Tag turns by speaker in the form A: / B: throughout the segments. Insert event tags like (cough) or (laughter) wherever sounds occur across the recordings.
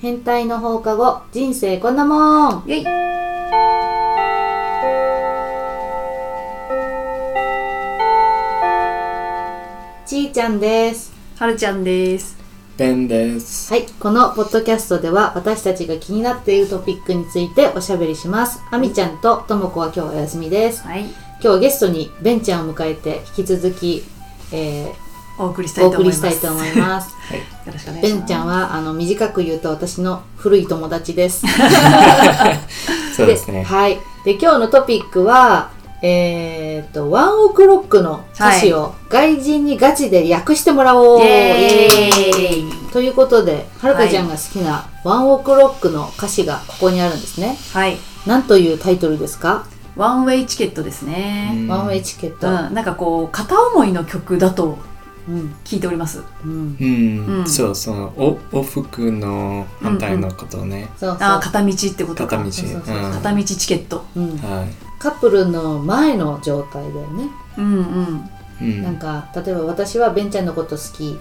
A: 変態の放課後人生こんなもん
B: イエイ
A: ちーちゃんです
B: はるちゃんです
C: ペンです。
A: はいこのポッドキャストでは私たちが気になっているトピックについておしゃべりしますあみちゃんとともこは今日はお休みです
B: はい
A: 今日ゲストにベンちゃんを迎えて引き続き、え
B: お送りし
A: ー
B: た
A: お
B: いと
A: 送
B: 思い
A: り
B: ま
A: し
B: す
A: たいと思います
B: よろしくお願いします
A: ベンちゃんはあの短く言うと私の古い友達です。
C: そうですね。
A: はい。で今日のトピックはえー、っとワンオクロックの歌詞を外人にガチで訳してもらおう。
B: イエ
A: イエ
B: ーイ
A: ということではるかちゃんが好きなワンオクロックの歌詞がここにあるんですね。
B: はい
A: なんというタイトルですか？
B: ワンウェイチケットですね
A: ワンウェイチケッ
B: う
A: ト。
B: ん、なんかこう片思いの曲だと
A: うん
B: 聞いております
A: うん。
C: うん、
B: うん
C: そう、その、お、往復の反対のことね。
A: そうそ
B: あー
A: う。
B: 片道ってことか
C: 片道。うん
A: そうそうそう
B: 片道チケット
A: うん、
C: は
A: カップルの前の状態だよね。
B: うんうん
C: い。うん
A: なんか例えば私はベンちゃんのこと好き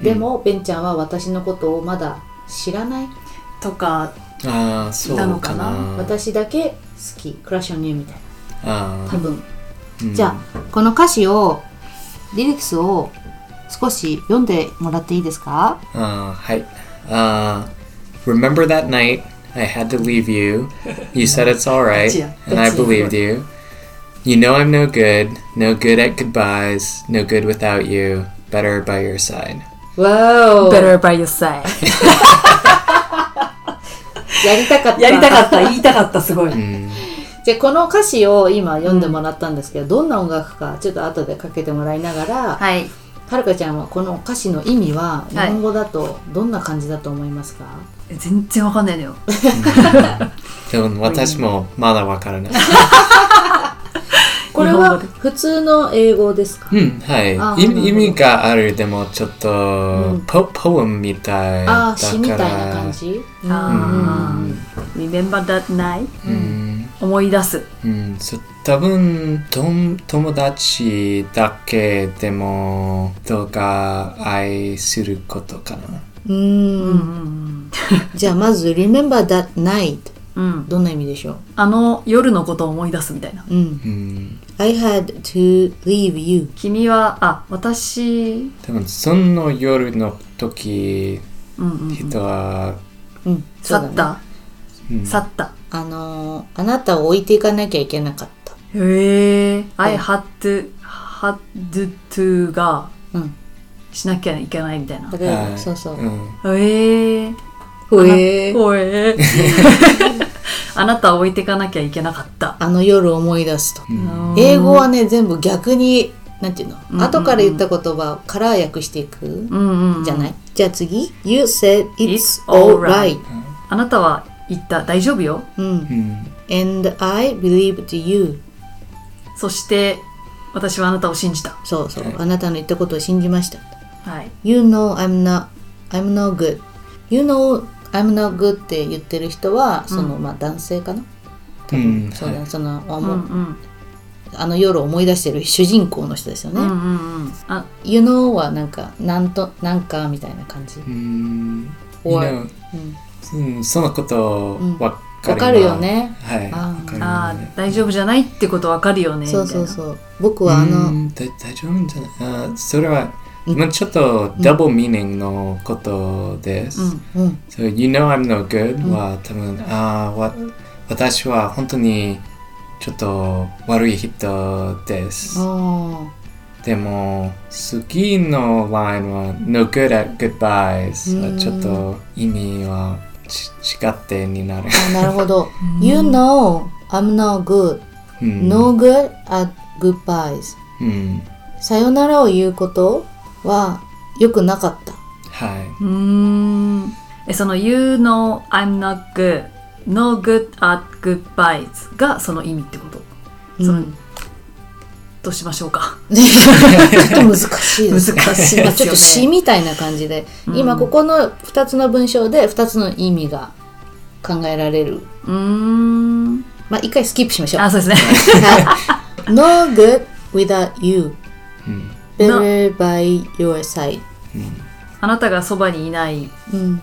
A: でも、ベンちゃんは私のことをまだ知らない、
B: とか
C: ああ、そうか
B: な
C: な。
B: の
A: 私だけ好きクラッシュニューみたいな
C: あ
A: 多
C: ー、
A: 分、
C: うん
A: じゃあこの歌詞をリリックスを少し読んでもらっていいですか
C: Uh, hi. Uh, remember that night I had to leave you? You said it's all right,
B: Gotcha.
C: and I
A: Gotcha.
C: believed you. You know I'm no good, no good at goodbyes, no good without you. Better by your side.
A: わお
B: by your side
A: やりたかった
B: (laughs) やりたかった言いたかったすごい
C: Mm.
A: じゃあこの歌詞を今読んでもらったんですけど、どんな音楽かちょっと後でかけてもらいながら、は
B: はい
A: るかちゃんはこの歌詞の意味は日
B: はい
A: 本語だとどんな感じだと思いますか、
B: え全然わかんないのよ
C: でも私もまだわからない。
A: これ
B: 日本
A: は
B: 語で
A: 普通の英語ですか
C: うん、はい
A: あ。
C: 意
A: なるほど
C: 味意味がある、でもちょっと、
A: うん
C: ポポエムみたいだから。
A: ああ詩みたいな感じ
B: あー Remember that night
C: うん、
B: 思い出す
C: うん、そう多分とん友達だけでもとか愛することかな。
A: う
B: うんん
A: うんじゃあまず「Remember that night
B: うんうん」
A: どんな意味でしょ
B: あの夜のことを思い出すみたいな
A: う、うん、
C: うん、
A: I had to leave you
B: 君はあ私
C: 多分その夜の時
B: うんうん
C: 人は、
A: うん
B: 去
A: そう
B: っ
A: だね
B: た
C: うん
B: 去った
A: あのーあなたを置いていかなきゃいけなかった
B: へえ
A: う
B: I
A: ん
B: had to had to が
A: うん
B: しなきゃいけないみたいな
A: だから、
C: はい
A: そうそう
C: うん
B: へえ
A: ほえー
B: ほえ (laughs) あなたを置いていかなきゃいけなかった
A: あの夜を思い出すと、
C: うん
A: 英語はね全部逆になんていうの、
B: んうん
A: 後から言った言葉から訳していく、
B: うんうんうん
A: じゃないじゃあ次 You said it's
B: It's
A: alright
B: alright あなたは言った大丈夫よ
A: うん
C: うん
A: And I believed you
B: そして私はあなたを信じた
A: そうそう、
C: はい
A: あなたの言ったことを信じました
B: はい
A: You know I'm not I'm no good You know I'm not good って言ってる人はその、まあ男性かな多分、
C: うん
A: そうだね、
C: は
A: そのあ
B: うん
A: も
B: う
A: うんあの夜を思い出してる主人公の人ですよ
B: う
A: ね、
B: んうんうんあ
A: You know はなんかなんとなんかみたいな感じ、
C: うん、you
A: Or-
C: know,
A: うん
C: うんそのこと
A: うん
C: わか
A: わ
C: ります
A: かるよ。ね
C: はい。
A: あー
C: わかりま
B: あ
C: すね
B: ー大丈夫じゃないってことわかるよね
A: そうそう
B: みたいな
A: そう僕はあの、
C: うんだ大丈夫じゃないあーそれは、
A: うん
C: もうちょっとダブルミーニングのことです。
B: うん
A: うん、
C: So, you know I'm no good
A: うん
C: は多分、ああ、わ私は本当にちょっと悪い人です。
A: あ
C: でも、次のラインは no good at goodbyes
A: う
C: は
A: ん
C: ちょっと意味はち違ってにな
A: (laughs)
C: る。(laughs)
A: ーあなるほど You know I'm no good
C: うん
A: No good at goodbyes
C: うん。
A: さよならを言うことは良くなかった
C: は
B: うーんえその「You know I'm not good no good at goodbyes」がその意味ってことそう
A: うん
B: としましょうか
A: ちょっと難しいで
B: 難
A: す。
B: しいです
A: ま
B: よね
A: あちょっと詩みたいな感じで、
B: うん
A: 今ここの2つの文章で2つの意味が考えられる。
B: うーん
A: まあ一回スキップしましょう。
B: あそうですね (laughs)
A: はい。no good without you.
C: い。うん。
A: Better by your side.
B: あなたがそばにいない
A: うん。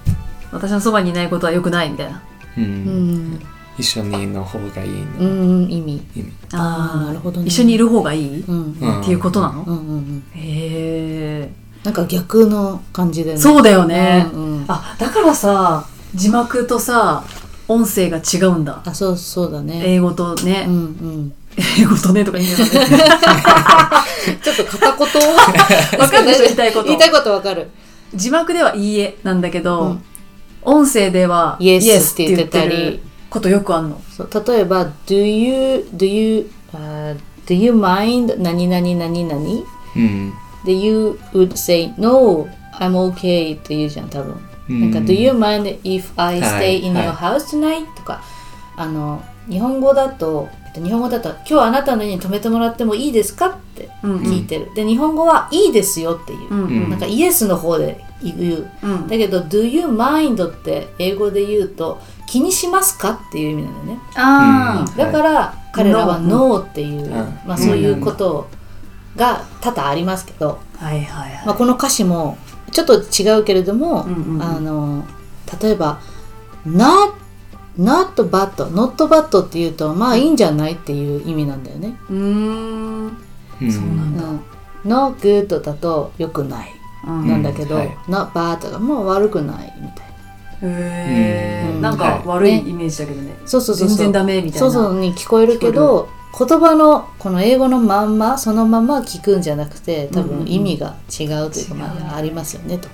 B: 私のそばにいないことは良くないみたいな
C: うん
A: うん、
C: 一緒にの方がいいの、
A: うん、意味
C: 意味
A: あーなるほどね
B: 一緒にいる方がいい、
A: うんうん
B: っていうことなの、
A: うんうん
B: へ
A: なんか逆の感じで
B: え
A: ね
B: そうだよ
A: う
B: ね、
A: んうんあ
B: あだからさ字幕とさ音声が違うんだ
A: そうそうだね
B: 英語とね、
A: うん (laughs) うん
B: 英語とねとか言いながらね
A: (laughs) ちょっと片言
B: わかるでしょ言いたいこと
A: 言いたいことわかる
B: 字幕では「いいえ」なんだけど、
A: うん
B: 音声では「
A: Yes
B: って言ってることよくあんの
A: そう例えば「Do you do you、uh, do you mind 何々何々
C: うん」
A: で you would say no I'm okay って言うじゃん多分、
C: うん
A: なんか「Do you mind if I
C: は
A: stay
C: い
A: in
C: はい
A: your house tonight?、とかあの日本語だと日本語だと「今日あなたの家に泊めてもらってもいいですか?」って
B: うん
A: 聞いてる、で日本語は「いいですよ」っていう、
B: うんうん
A: なんかイエスの方で言う
B: うん
A: だけど「Do you mind?」って英語で言うと「気にしますか?」っていう意味なんだよね
B: あ
C: うん
A: だから、彼らは「ノー」っていう、
C: ん
A: まあ、そういうことが多々ありますけど、
B: あ、はいはいはい、
A: まあ、この歌詞もちょっと違うけれども、
B: うんうんうん
A: あの例えば「not not bad」「not bad」っていうとまあいいんじゃないっていう意味なんだよね。
B: うーん
C: うん
B: そ
A: う
B: うな
A: ん
B: だ、
A: ん、not good だと良くない
B: うん
A: なんだけど、
C: うんはい
A: not bad がもう悪くないみたい
B: へえ、
A: うん
B: なんか悪いイメージだけどね
A: な。そうそうそう
B: 全
A: そう
B: 然ダメみたい
A: そ
B: な
A: うそうに聞こえるけど言葉のこの英語のまんまそのまま聞くんじゃなくて多
B: うんうんう
A: 分
B: ん
A: 意味が違うというか、
B: 違う
A: まあ、ありますよねと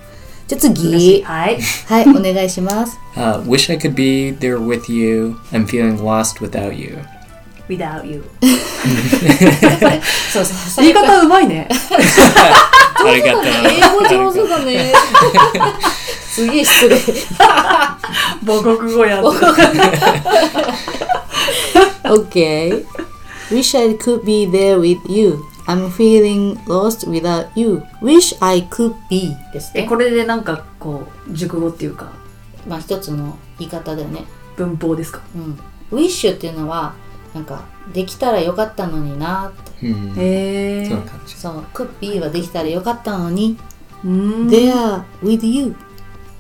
A: じゃあ
B: 難しい
A: 次
B: はい
A: はいお願いします
C: Uh, wish I could be there with you. I'm feeling lost without you.
A: (laughs)
B: without you
A: そうそう
B: 言い方うま
A: (laughs)
B: いね
A: 英語上手だねすげえ失礼
B: 母国語やっ
A: OK Wish I could be there with you I'm feeling lost without you Wish I could be です
B: え
A: ね
B: これでなんかこう熟語っていうか
A: まあ一つの言い方だよね
B: 文法ですか
A: うん、ウィッシュっていうのはなんかできたらよかったのになって
C: うん
B: へえ
C: そんな感じ
A: そうクッピーはできたらよかったのに、
B: うん
A: で There with you、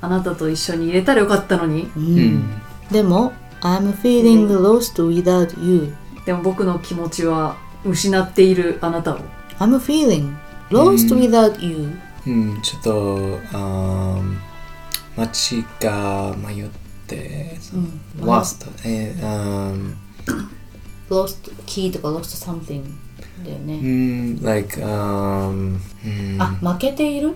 B: あなたと一緒に入れたらよかったのに
A: うんでも I'm feeling lost without you
B: でも僕の気持ちは失っているあなたを
A: I'm feeling lost without you、
C: うんちょっと、あー街が迷って、その lost、えーあー
A: lost key とか lost something だよ
C: う
A: ね、
C: ん、like、um, うん、
A: あ負けている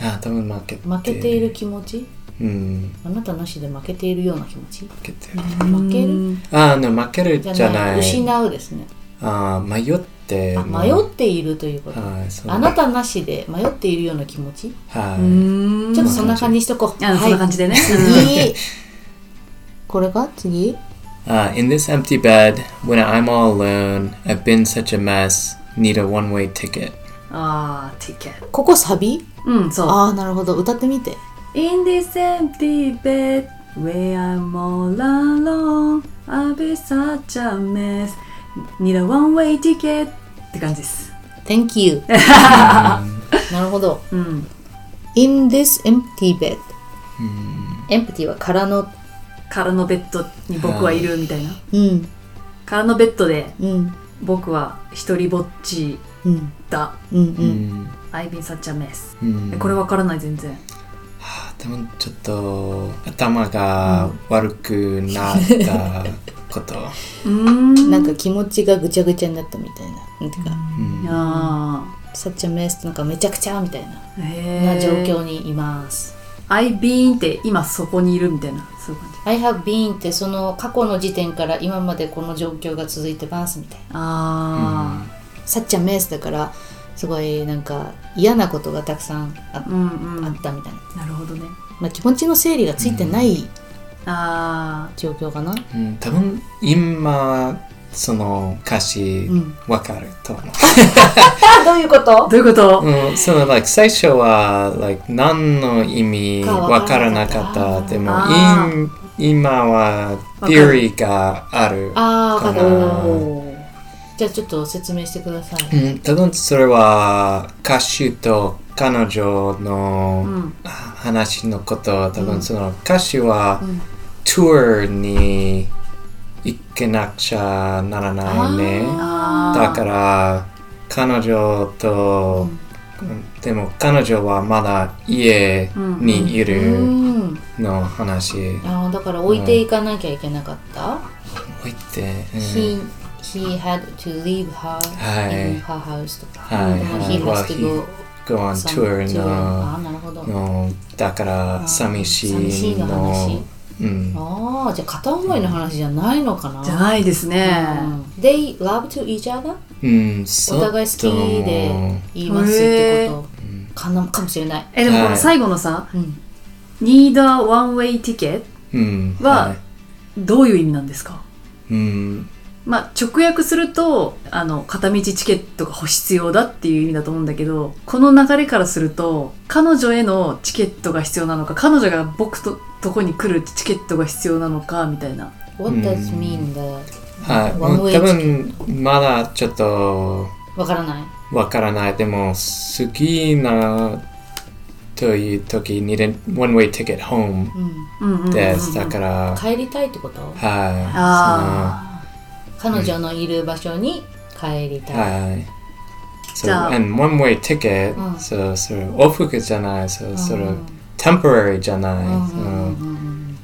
C: あ、多分負けて
A: 負けている気持ち
C: うん、
A: あなたなしで負けているような気持ち
C: 負けてる。
A: 負ける
C: あ、no, 負ける
A: じゃない
C: じゃない。
A: 失うですね
C: あー迷って。
A: あ迷っているということ
C: はい、そう
A: あなたなしで迷っているような気持ち
C: は
B: う
C: い。
B: ん
A: ちょっとそんな感じにしとこう。
B: あそんな感じでね
A: 次。これか次
C: Uh, in this empty bed, when I'm all alone, I've been such a mess. Need a one way ticket.
B: ああ ticket
A: ここサビ
B: うんそう
A: ああ、なるほど。歌ってみて。
B: In this empty bed where I'm all alone, I'll be such a mess. Need a one-way ticket って感じです。
A: Thank (laughs) you. なるほど。
B: うん。
A: In this empty bed. empty は空の。
B: 空のベッドに僕はいるみたいな。
A: うん。
B: 空のベッドで
A: うん。
B: 僕は一人ぼっち
A: うん。
B: だ。
A: うん。うん。
B: I've been such a mess.
C: うん
B: えこれわからない全然。
C: あ多分ちょっと頭が悪くなったこと。
A: (laughs)
B: うーん。
A: なんか気持ちがぐちゃぐちゃになったみたいな。なんていうか、
C: うん
B: あ
A: such a mess なんかめちゃくちゃみたいな
B: あ。へ
A: な
B: え。
A: 状。況にいます。
B: I've been って今そこにいるみたいな。そういう感じ。
A: I have been ってその過去の時点から今までこの状況が続いてますみたいな。
B: あ
A: さっちゃんメースだからすごいなんか嫌なことがたくさんあ,、
B: あ。うんうん。
A: あったみたいな、
B: なるほどね。
A: まあ、気持ちの整理がついてない
B: ああ。
A: 状況かな、
C: うん多分今その歌詞
A: うん
C: わかると思う。
A: あどういうこと
B: どういうこと、
C: うん、その、like、最初は、like、何の意味
A: か
C: わ
A: わ
C: か
A: からら
C: な
A: な
C: か
A: か
C: っ。
A: ったた
C: でも
B: あー、
C: い今は、
B: かる
C: theory がある。
A: あーわかった
C: うん
B: おー
A: じゃあちょっと説明してください、
C: うん、多分それは歌手と彼女の
B: うん
C: 話のこと、多分その歌詞は、ツアーに行けなくちゃならないね。
B: あ
C: だから彼女と、でも彼女はまだ家にいうる
A: ん
C: の話、
A: あーだから置いていかなきゃいけなかった、
C: 置いて、うん
A: he, he had to leave her
C: はい
A: in her house とか、
C: はい
A: でも
C: は
A: he
C: い
A: has to go
C: go on
A: some
C: tour
A: tour あ
C: の
A: ーなるほど
C: のだから寂
A: 寂
C: し
A: し
C: い
A: い
C: の
A: の話
C: うん、
A: ああじゃあ片思いの話じゃないのかな
B: じゃないですね。
A: They love to each other?
C: うん、
A: お互い好きで言いますってこと、かなかもしれない。
B: えでもこ
C: は
B: の
C: い
B: 最後のさ
A: うん、
B: 「need a one way ticket
C: そううん、
B: は
C: はい」
B: どういう意味なんですか
C: うん、
B: まあ直訳するとあの片道チケットが必要だっていう意味だと思うんだけどこの流れからすると彼女へのチケットが必要なのか彼女が僕ととこに来るチケットが必要なのかみたいな
A: What
C: うん
A: does mean the
C: はい、
A: One
C: もう
A: way
C: 多分まだちょっと
A: わからない。
C: わからない。でも、好きなという時に、one way ticket home
A: うん、
B: うんうんうん
C: です。だから、
A: 帰りたいってこと
C: は
B: あ
A: 彼女のいる場所に帰り
C: い。その
A: たい。
C: はい。
B: じ
C: So,
B: ゃあ
C: and one way ticket,
A: うん
C: そう、それ、往復じゃない、そう、それ
A: うん、
C: temporary じゃない。
A: うん
C: そ
A: うん
C: の
A: うん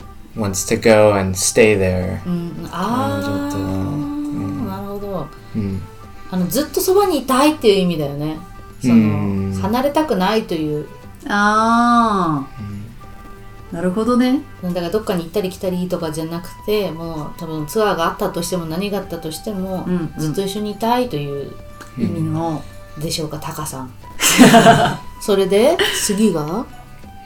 C: wants to go and stay there.
A: うんうんあ
C: うんちょっとうん
A: ーなるほど
C: うん。
A: あのずっとそばにいたいっていう意味だよねそ
C: うん
A: の離れたくないという
B: ーあーなるほどね
A: だからどっかに行ったり来たりとかじゃなくてもう多分ツアーがあったとしても何があったとしても、
B: うんうん
A: ずっと一緒にいたいという
C: うん
B: 意味の
A: でしょうかタカ
B: (laughs)
A: さんそれで次が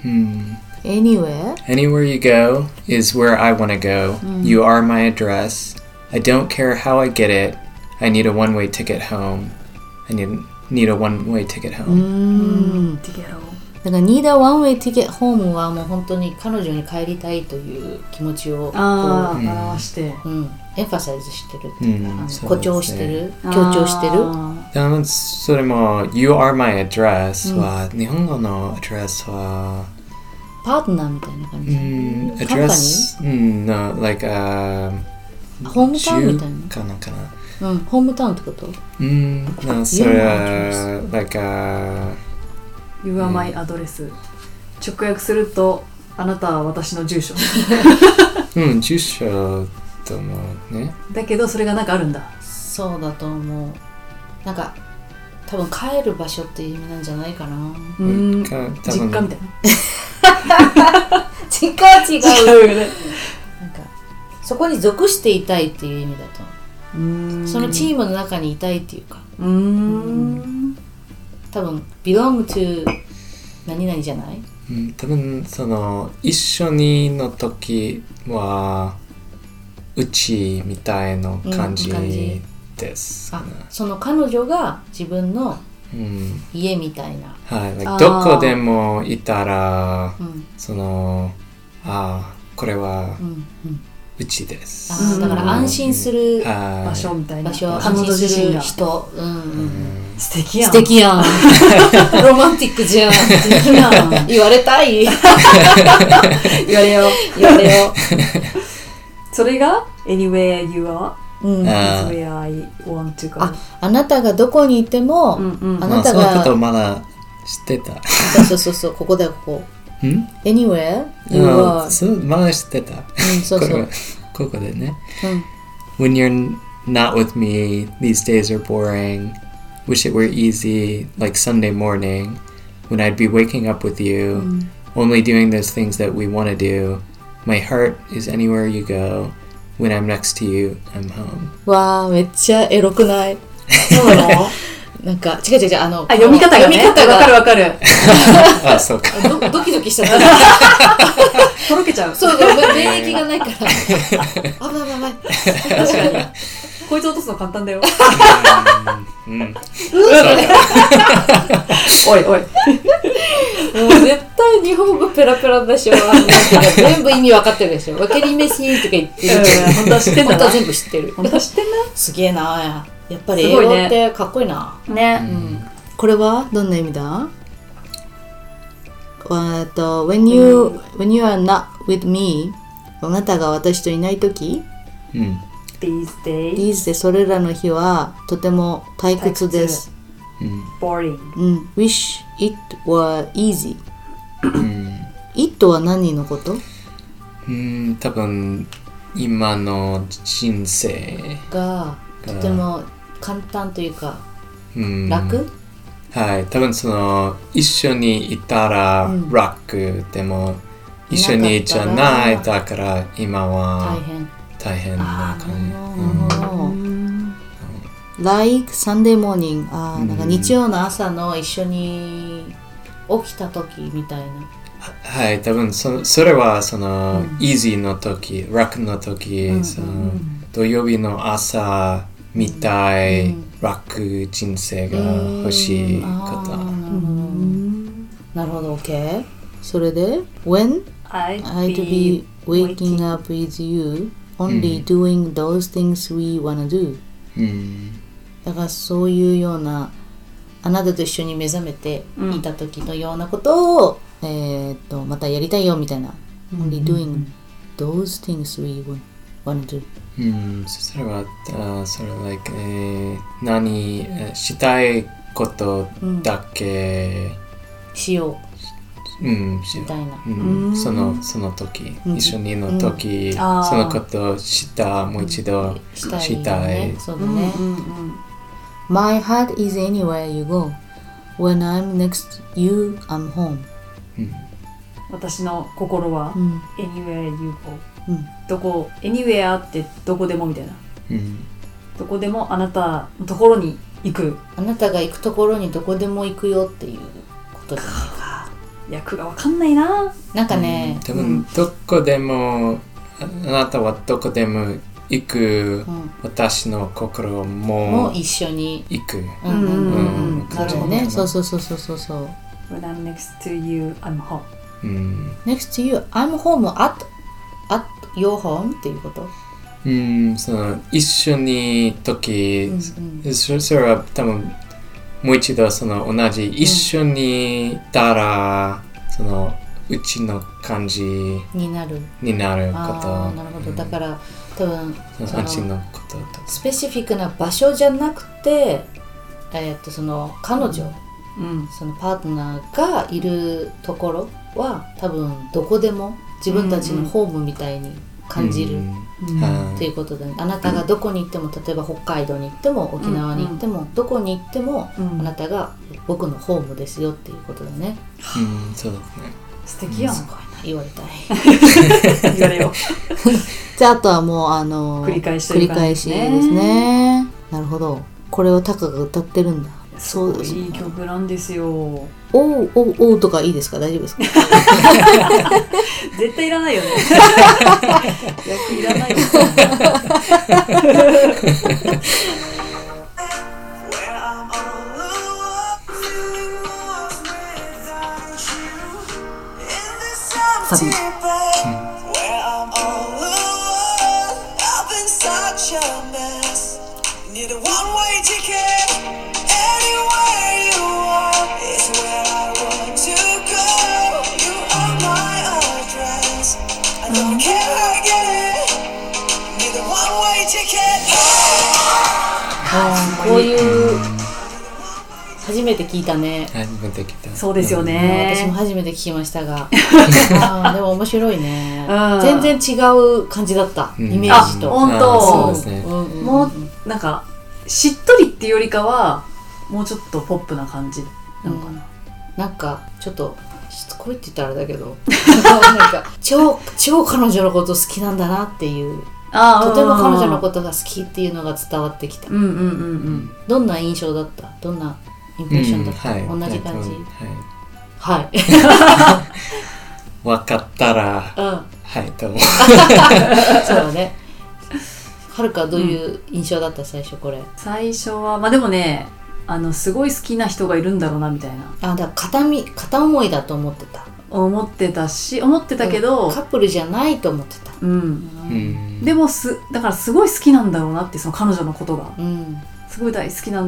C: うん。
A: Anywhere
C: Anywhere you go is where I want to go. You are my address. I don't care how I get it. I need a one way ticket home. I need, need a one way ticket
A: う
C: home.
A: ん
B: ティケロ
A: だから Need a one way ticket home はもう本当に彼女に帰りたいという気持ちをこう
B: ああ表して
A: うん、エンファサイズしてるって
C: う
A: い
C: ん
A: うか、あの
C: そう
A: 誇張
C: です
A: し
C: ね
A: てる強調してる
B: あ
C: でもそれも You are my address は、日本語の address
A: パートナーみたいな感じ、
C: は、うん、
A: カンパニ
C: address mm, うん、no, like, um,
A: ホームタウンみたい
C: 住かなかな。うん、no,
A: な、うん、ホームタウンってこと
C: Mm, それは、like, uh,
B: 「You are my address」直訳すると「あなたは私の住所」
C: hmm, うん、住所ともね。
B: だけどそれがなんかあるんだ
A: そうだと思うなんか多分帰る場所っていう意味なんじゃないかな
B: うーん
C: か
B: 実
C: 多分
B: 家みたい
A: (laughs) 違う違う
B: な違うよね
A: なんか (laughs) そこに属していたいっていう意味だと思
B: うー
A: うんそのチームの中にいたいっていうか
B: うーん
A: 多分 belong to 何々じゃない
C: うん多分その一緒にの時はうちみたいな感
A: うん感じ
C: じです、
A: あその彼女が自分の
C: うん
A: 家みたいな、
C: はい、
B: あー
C: どこでもいたら
A: うん
C: そのあーこれは
A: うんうん、
C: うちです
A: あーだから安心する
C: はい
B: 場所みたいな
A: 場所、
B: 彼
A: 安
B: 女
A: 心す
B: 自身
A: る
B: が
A: 人、うんうん、
B: 素敵やん
A: 素敵やん (laughs) ロマンティックじゃん
B: 素敵
A: (laughs)
B: やん
A: 言われたい
B: 言われよ
A: 言われよ、
B: それが「Anywhere you are
A: うん、あ
C: あ
B: is
C: ー
B: where I want to go」
A: なたがどこにいても、
B: うんうん
A: あ
C: ま
A: な
C: あそ
A: た
C: ういう
A: が、
C: ことまだ知ってた
A: そうそうそうそうここだよここ
C: ん
A: Anywhere you
C: あ
A: are
C: そうまだ知ってた
A: うんそうそう、
C: これここでね
A: うん、
C: When you're not with me, these days are boring. Wish it were easy, like Sunday morning, when I'd be waking up with you, only doing those things that we want to do. My heart is anywhere you go. When I'm next to you, I'm home.
A: (laughs) わあめっちゃエロくない
B: そうなの
A: なんか違う違う違うあの
B: あ読み方がね
A: 読み方
B: わかる
A: が
B: わかる
C: Ah, so
A: ドドキドキしちゃ (laughs) った
B: とろけちゃう
A: そうごめん免疫がないから (laughs) 危ない危ない
B: こいつ落とすの簡単だよ
C: Mm.
B: おいお
A: も
B: い
A: う絶対日本語ペラペラだしょ全部意味分かってるでしょ分けり飯とか言ってるけ
B: 本当は知ってん
A: ど本当
B: だな
A: は全部知ってる
B: 本当は知ってん
A: すげえなやっぱり
B: す
A: 英
B: ごい
A: 語
B: ね
A: ってかっこいいな
B: だね
A: これはどんな意味だ but uh, when you when you are not with me あなたが私といない時
C: Hmm.
D: These days,
A: these でそれらの日はとても退屈です。
C: Hmm.
D: boring.
A: うん、wish it were easy。it は何のこと
C: Hmm. 多分今の人生
A: がとても簡単というか
C: うん
A: 楽、
C: はい、多分その一緒にいたら楽、でも一緒にじゃないだから今
A: 大
C: は
A: 変。
C: 大変な感じ。
A: うん、like Sunday morning あーなんか日曜の朝の一緒に起きた時みたいな。
C: はい、多分そそれはその、イージーの時、楽の時、その土曜日の朝みたい、楽人生が欲しいこ
A: あ
C: と。
A: ーなるほど、OK。それで、When
D: I'd,
A: I'd be
D: be,
A: waking up with you, only doing those things we wanna do.
C: うん
A: だからそういうような、あなたと一緒に目覚めていた時のようなことを、えーっと、またやりたいよみたいな。only doing those things we wa- wanna do.
C: うん、そしたら、あそれ、like えー何、えーしたいことだけ、
A: しよ
C: うん、し
A: うみたいな。
C: うん、その、その時、一緒にの時、
B: あー
C: そのことした、もう一度
A: したい、ね。
C: したい。
A: そう
B: う
A: だ
B: ん
A: ね。
B: うんうん。
A: My heart is anywhere you go. When I'm next you, I'm home.
B: 私の心は
A: うん
D: anywhere you go.
A: うん
B: どこ anywhere ってどこでもみたいな
C: うん、
B: どこでもあなたのところに行く
A: あなたが行くところにどこでも行くよっていうことだね。
B: 役がわかんないな
A: なんかね、
C: 多分、どこでも、ああなたはどこでも行く、
A: ん
C: 私の
A: も
C: 心
A: う
C: も
A: 一緒に。
C: 行く。
A: うんうん
B: うん
C: うん
A: うん。なるほどね。そうそうそうそうそうそう。
D: When I'm next to you, I'm home.
C: うん、
A: Next to you, I'm home at at your home っていうこと。
C: うん、その、一緒に時、
A: うん
C: そそれは多分もう一度その同じ一緒にいたら、そのうちの感じ
A: うん。になる。
C: になる
A: ああ、なる
C: こ
A: ほど。だから多分
C: と
A: そ
C: そ
A: の
C: のうちのこととか
A: スペシフィックな場所じゃなくて、えーっとその彼女。
B: うん
A: そのパートナーがいるところは多分どこでも自分たちのホームみたいに感じる、
C: うん
B: うん
C: は
A: と
C: い
A: いうことで、あなたがどこに行っても例えば北海道に行っても沖縄に行っても、どこに行っても、
B: うん
A: あなたが僕のホームですよっていうことだね
C: うん、そうですね
B: 素敵やん
A: すごいな言われたい
B: 言われよう
A: (laughs) じゃああとはもうあの
B: 繰り返しという感じです
A: 繰
B: ね
A: り返しですねなるほどこれをタカが歌ってるんだ (laughs) そうです
B: いい曲なんですよ
A: おうおうおうとかいいですか大丈夫 (laughs) ですか
B: 絶対い
A: (laughs)
B: らないよね役いらないよね
E: Where I'm all alone, two walls without you. In this empty bed, where I'm all alone, I've been such a mess. Need a one-way ticket. Anywhere you are is where I want to go. You are my address. I don't care, I get it. Need a one-way ticket.
A: こういう初めて聞いたね
C: 初めて来た
B: そうですよ
A: 私も
B: ね
A: 初めて聞きました (laughs) があーでも面白いね
B: うん
A: 全然違う感じだったイ
C: ん
A: メー
B: あ
A: ジと、
B: 本
C: あ
B: 当
C: そうですね
A: うんうん
B: もうなんかしっとりっていうよりかはもうちょっとポップな感じなのかな
A: なんかちょっとしつこいって言ったらあれだけどなんか超超彼女のこと好きなんだなっていう
B: あ
A: とても彼女の
B: と
A: ことが好きっていうのが伝わってきた
B: うんうんうんうん
A: どんな印象だったどんなインプ
C: う
A: レッ
C: ん
A: ションだった、
C: はい
A: 同じ感じ
C: 多分は
A: はい
C: いわかったら
A: うん
C: はいと思う
A: そうだねはるかはどういう印象だった最初これ
B: 最初はまあでもねあのすごい好きな人がいるんだろうなみたいな
A: あだから片み片思いだと思ってた
B: 思ってたし思ってたけど
A: カップルじゃないと思ってた
B: うん、
C: うん
B: でもすだからすごい好きなんだろうなってその彼女のことが
A: うん
B: すごい大好きな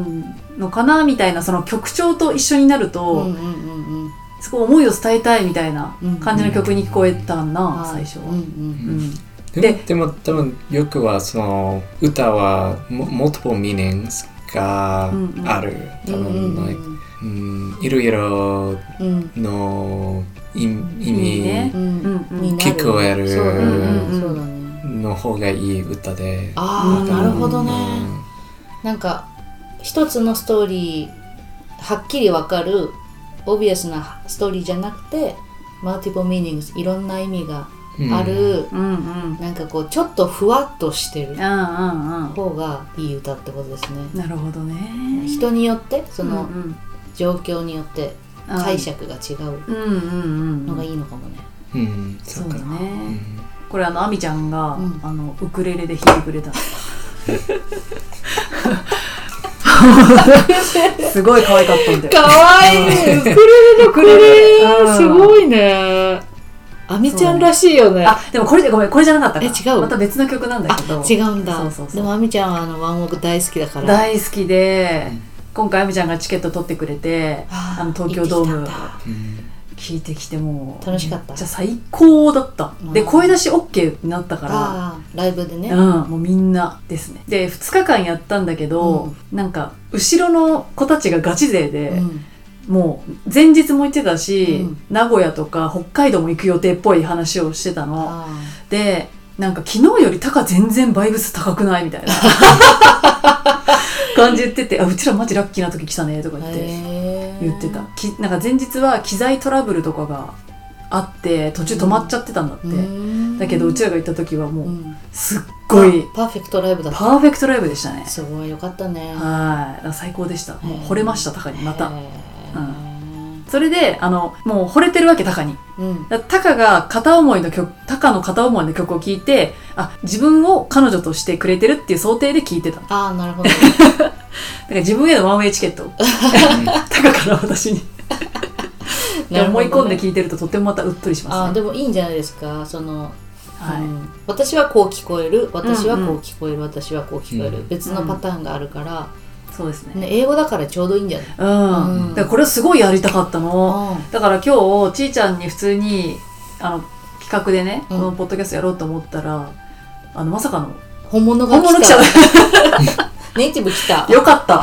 B: のかなみたいなその曲調と一緒になる
A: う
B: と、
A: んうんうんうん
B: すごい思いを伝えたいみたいな感じの曲に聞こえたな、
A: はい
B: 最初は。
A: うんうん
B: うん
C: で
B: で
C: もでも多分よくはその歌はも multiple meanings がある、多分、like うんいろいろ
A: うん
C: の意意
B: いいね
A: う
C: 味
A: んうん
B: うんうん
A: にな
C: 聞こえる
A: そうだ
B: うん
A: ねそうだね
C: の方がいい歌で。
A: ああ
C: だから
A: なるほどねなんか一つのストーリーはっきりわかるオビアスなストーリーじゃなくてマルティブミーニングスいろんな意味が
C: うん
A: ある、
B: うんうん
A: なんかこうちょっとふわっとしてる
B: うんうん
A: 方がいい歌ってことですね
B: なるほどね。
A: 人によってその
B: うんうん
A: 状況によって解釈が違う
B: うんうん
A: の
B: う
A: が
B: ん
A: いいのかもね
C: うん、そ
B: そううだ
C: か
B: ね
C: な。、うん
B: これあのアミちゃんが、
A: うん
B: あのウクレレで弾いてくれ
A: (laughs)
B: たすごい可愛かったんだよ
A: わいいウクレレのクレ
B: うん
A: いねあみちゃんらしいよね
B: あでもこれでごめんこれじゃなかったか
A: え違う
B: また別の曲なんだけど
A: あ違うんだ
B: そうそうそう
A: でもあみちゃんはあのワンオク大好きだから
B: 大好きで、今回あみちゃんがチケット取ってくれて
A: あー
B: あの東京ドーム
A: 行ってきたんだ
C: うん
B: 聞いてきてもう
A: 楽しかった
B: めちゃ最高だった、
A: うん
B: で声出し OK になったから
A: あーライブでね
B: うん、もうみんなですねで2日間やったんだけど、なんか後ろの子たちがガチ勢で、
A: うん
B: もう前日も行ってたし、
A: うん
B: 名古屋とか北海道も行く予定っぽい話をしてたの
A: あ
B: でなんか昨日より高全然バイブス高くないみた
A: (laughs)
B: いな感じ言っててあうちらマジラッキーな時来たねとか
A: ー
B: 言って
A: へー
B: 言ってたきなんか前日は機材トラブルとかがあって途中止まっちゃってたんだって、
A: うん
B: だけどうちらが行った時はも
A: う
B: うんすっごい
A: パーフェクトライブだった
B: パーフェクトライブでしたね
A: すごいよかったね
B: はいだから最高でしたもう惚れました高にまた
A: へー
B: それであのもう惚れてるわけ高に
A: うん
B: だタカが片思いの曲、タカの片思いの曲を聴いて、あ、自分を彼女としてくれてるっていう想定で聴いてた。だか
A: ああなるほど
B: ら自分へのワンウェイチケッ (laughs) トをタカから私に。 (laughs) 思い込んで
A: い
B: 聴いてるととてもまたうっとりし
A: あ
B: ま
A: ー
B: すね。
A: でもいいんじゃないですかそのう
B: は
A: ん私はこう聞こえる私は
B: うん
A: こ
B: う
A: うん聞こえる私はこう聞こえる、
C: うん
A: 別のパターンがあるから、
B: い。そうですね。
A: ね、英語だからちょうどいいんじゃない、
B: うん。
A: うん
B: だからこれをすごいやりたかったの。
A: あ
B: だから今日、ちーちゃんに普通に、あの、企画でね、
A: うん
B: このポッドキャストやろうと思ったら、あの、まさかの、
A: ー本物が
B: 本物
A: 来
B: 来ち
A: た
B: ゃっ
A: (laughs) ネイティブ来た
B: た。よかった。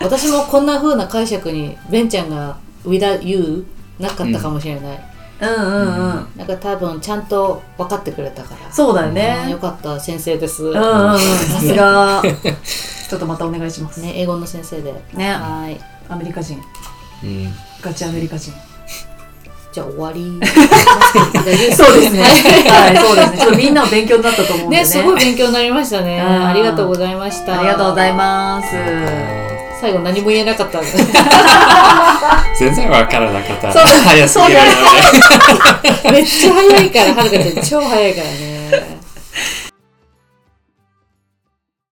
A: 私もこんな風な解釈にベンちゃんが「without you」なかったかもしれない、
B: うんうんうん。
A: なんか多分ちゃんと分かってくれたから
B: そうだよ
A: あー
B: ね
A: よ。かった先生です、
B: うんうんうん。さすが。ちょっとまたお願いします。
A: ね、英語の先生で
B: ね、
A: はい
B: アメリカ人、
C: うん
B: ガチアメリカ人。
A: じゃあ終わり大丈夫です
B: (laughs) そうですね。はい、そうですね。ちょっとみんなの勉強になったと思うんでね。
A: ね、すごい勉強になりましたね。
B: うん
A: ありがとうございました。
B: ありがとうござい
A: ま
B: ます。
A: す。最後何も言えなかった (laughs) んで。
C: 全然わからなかった。
A: そう
C: (laughs) 早すぎるよね。
A: めっちゃ早いから、はるかちゃん超早いからね。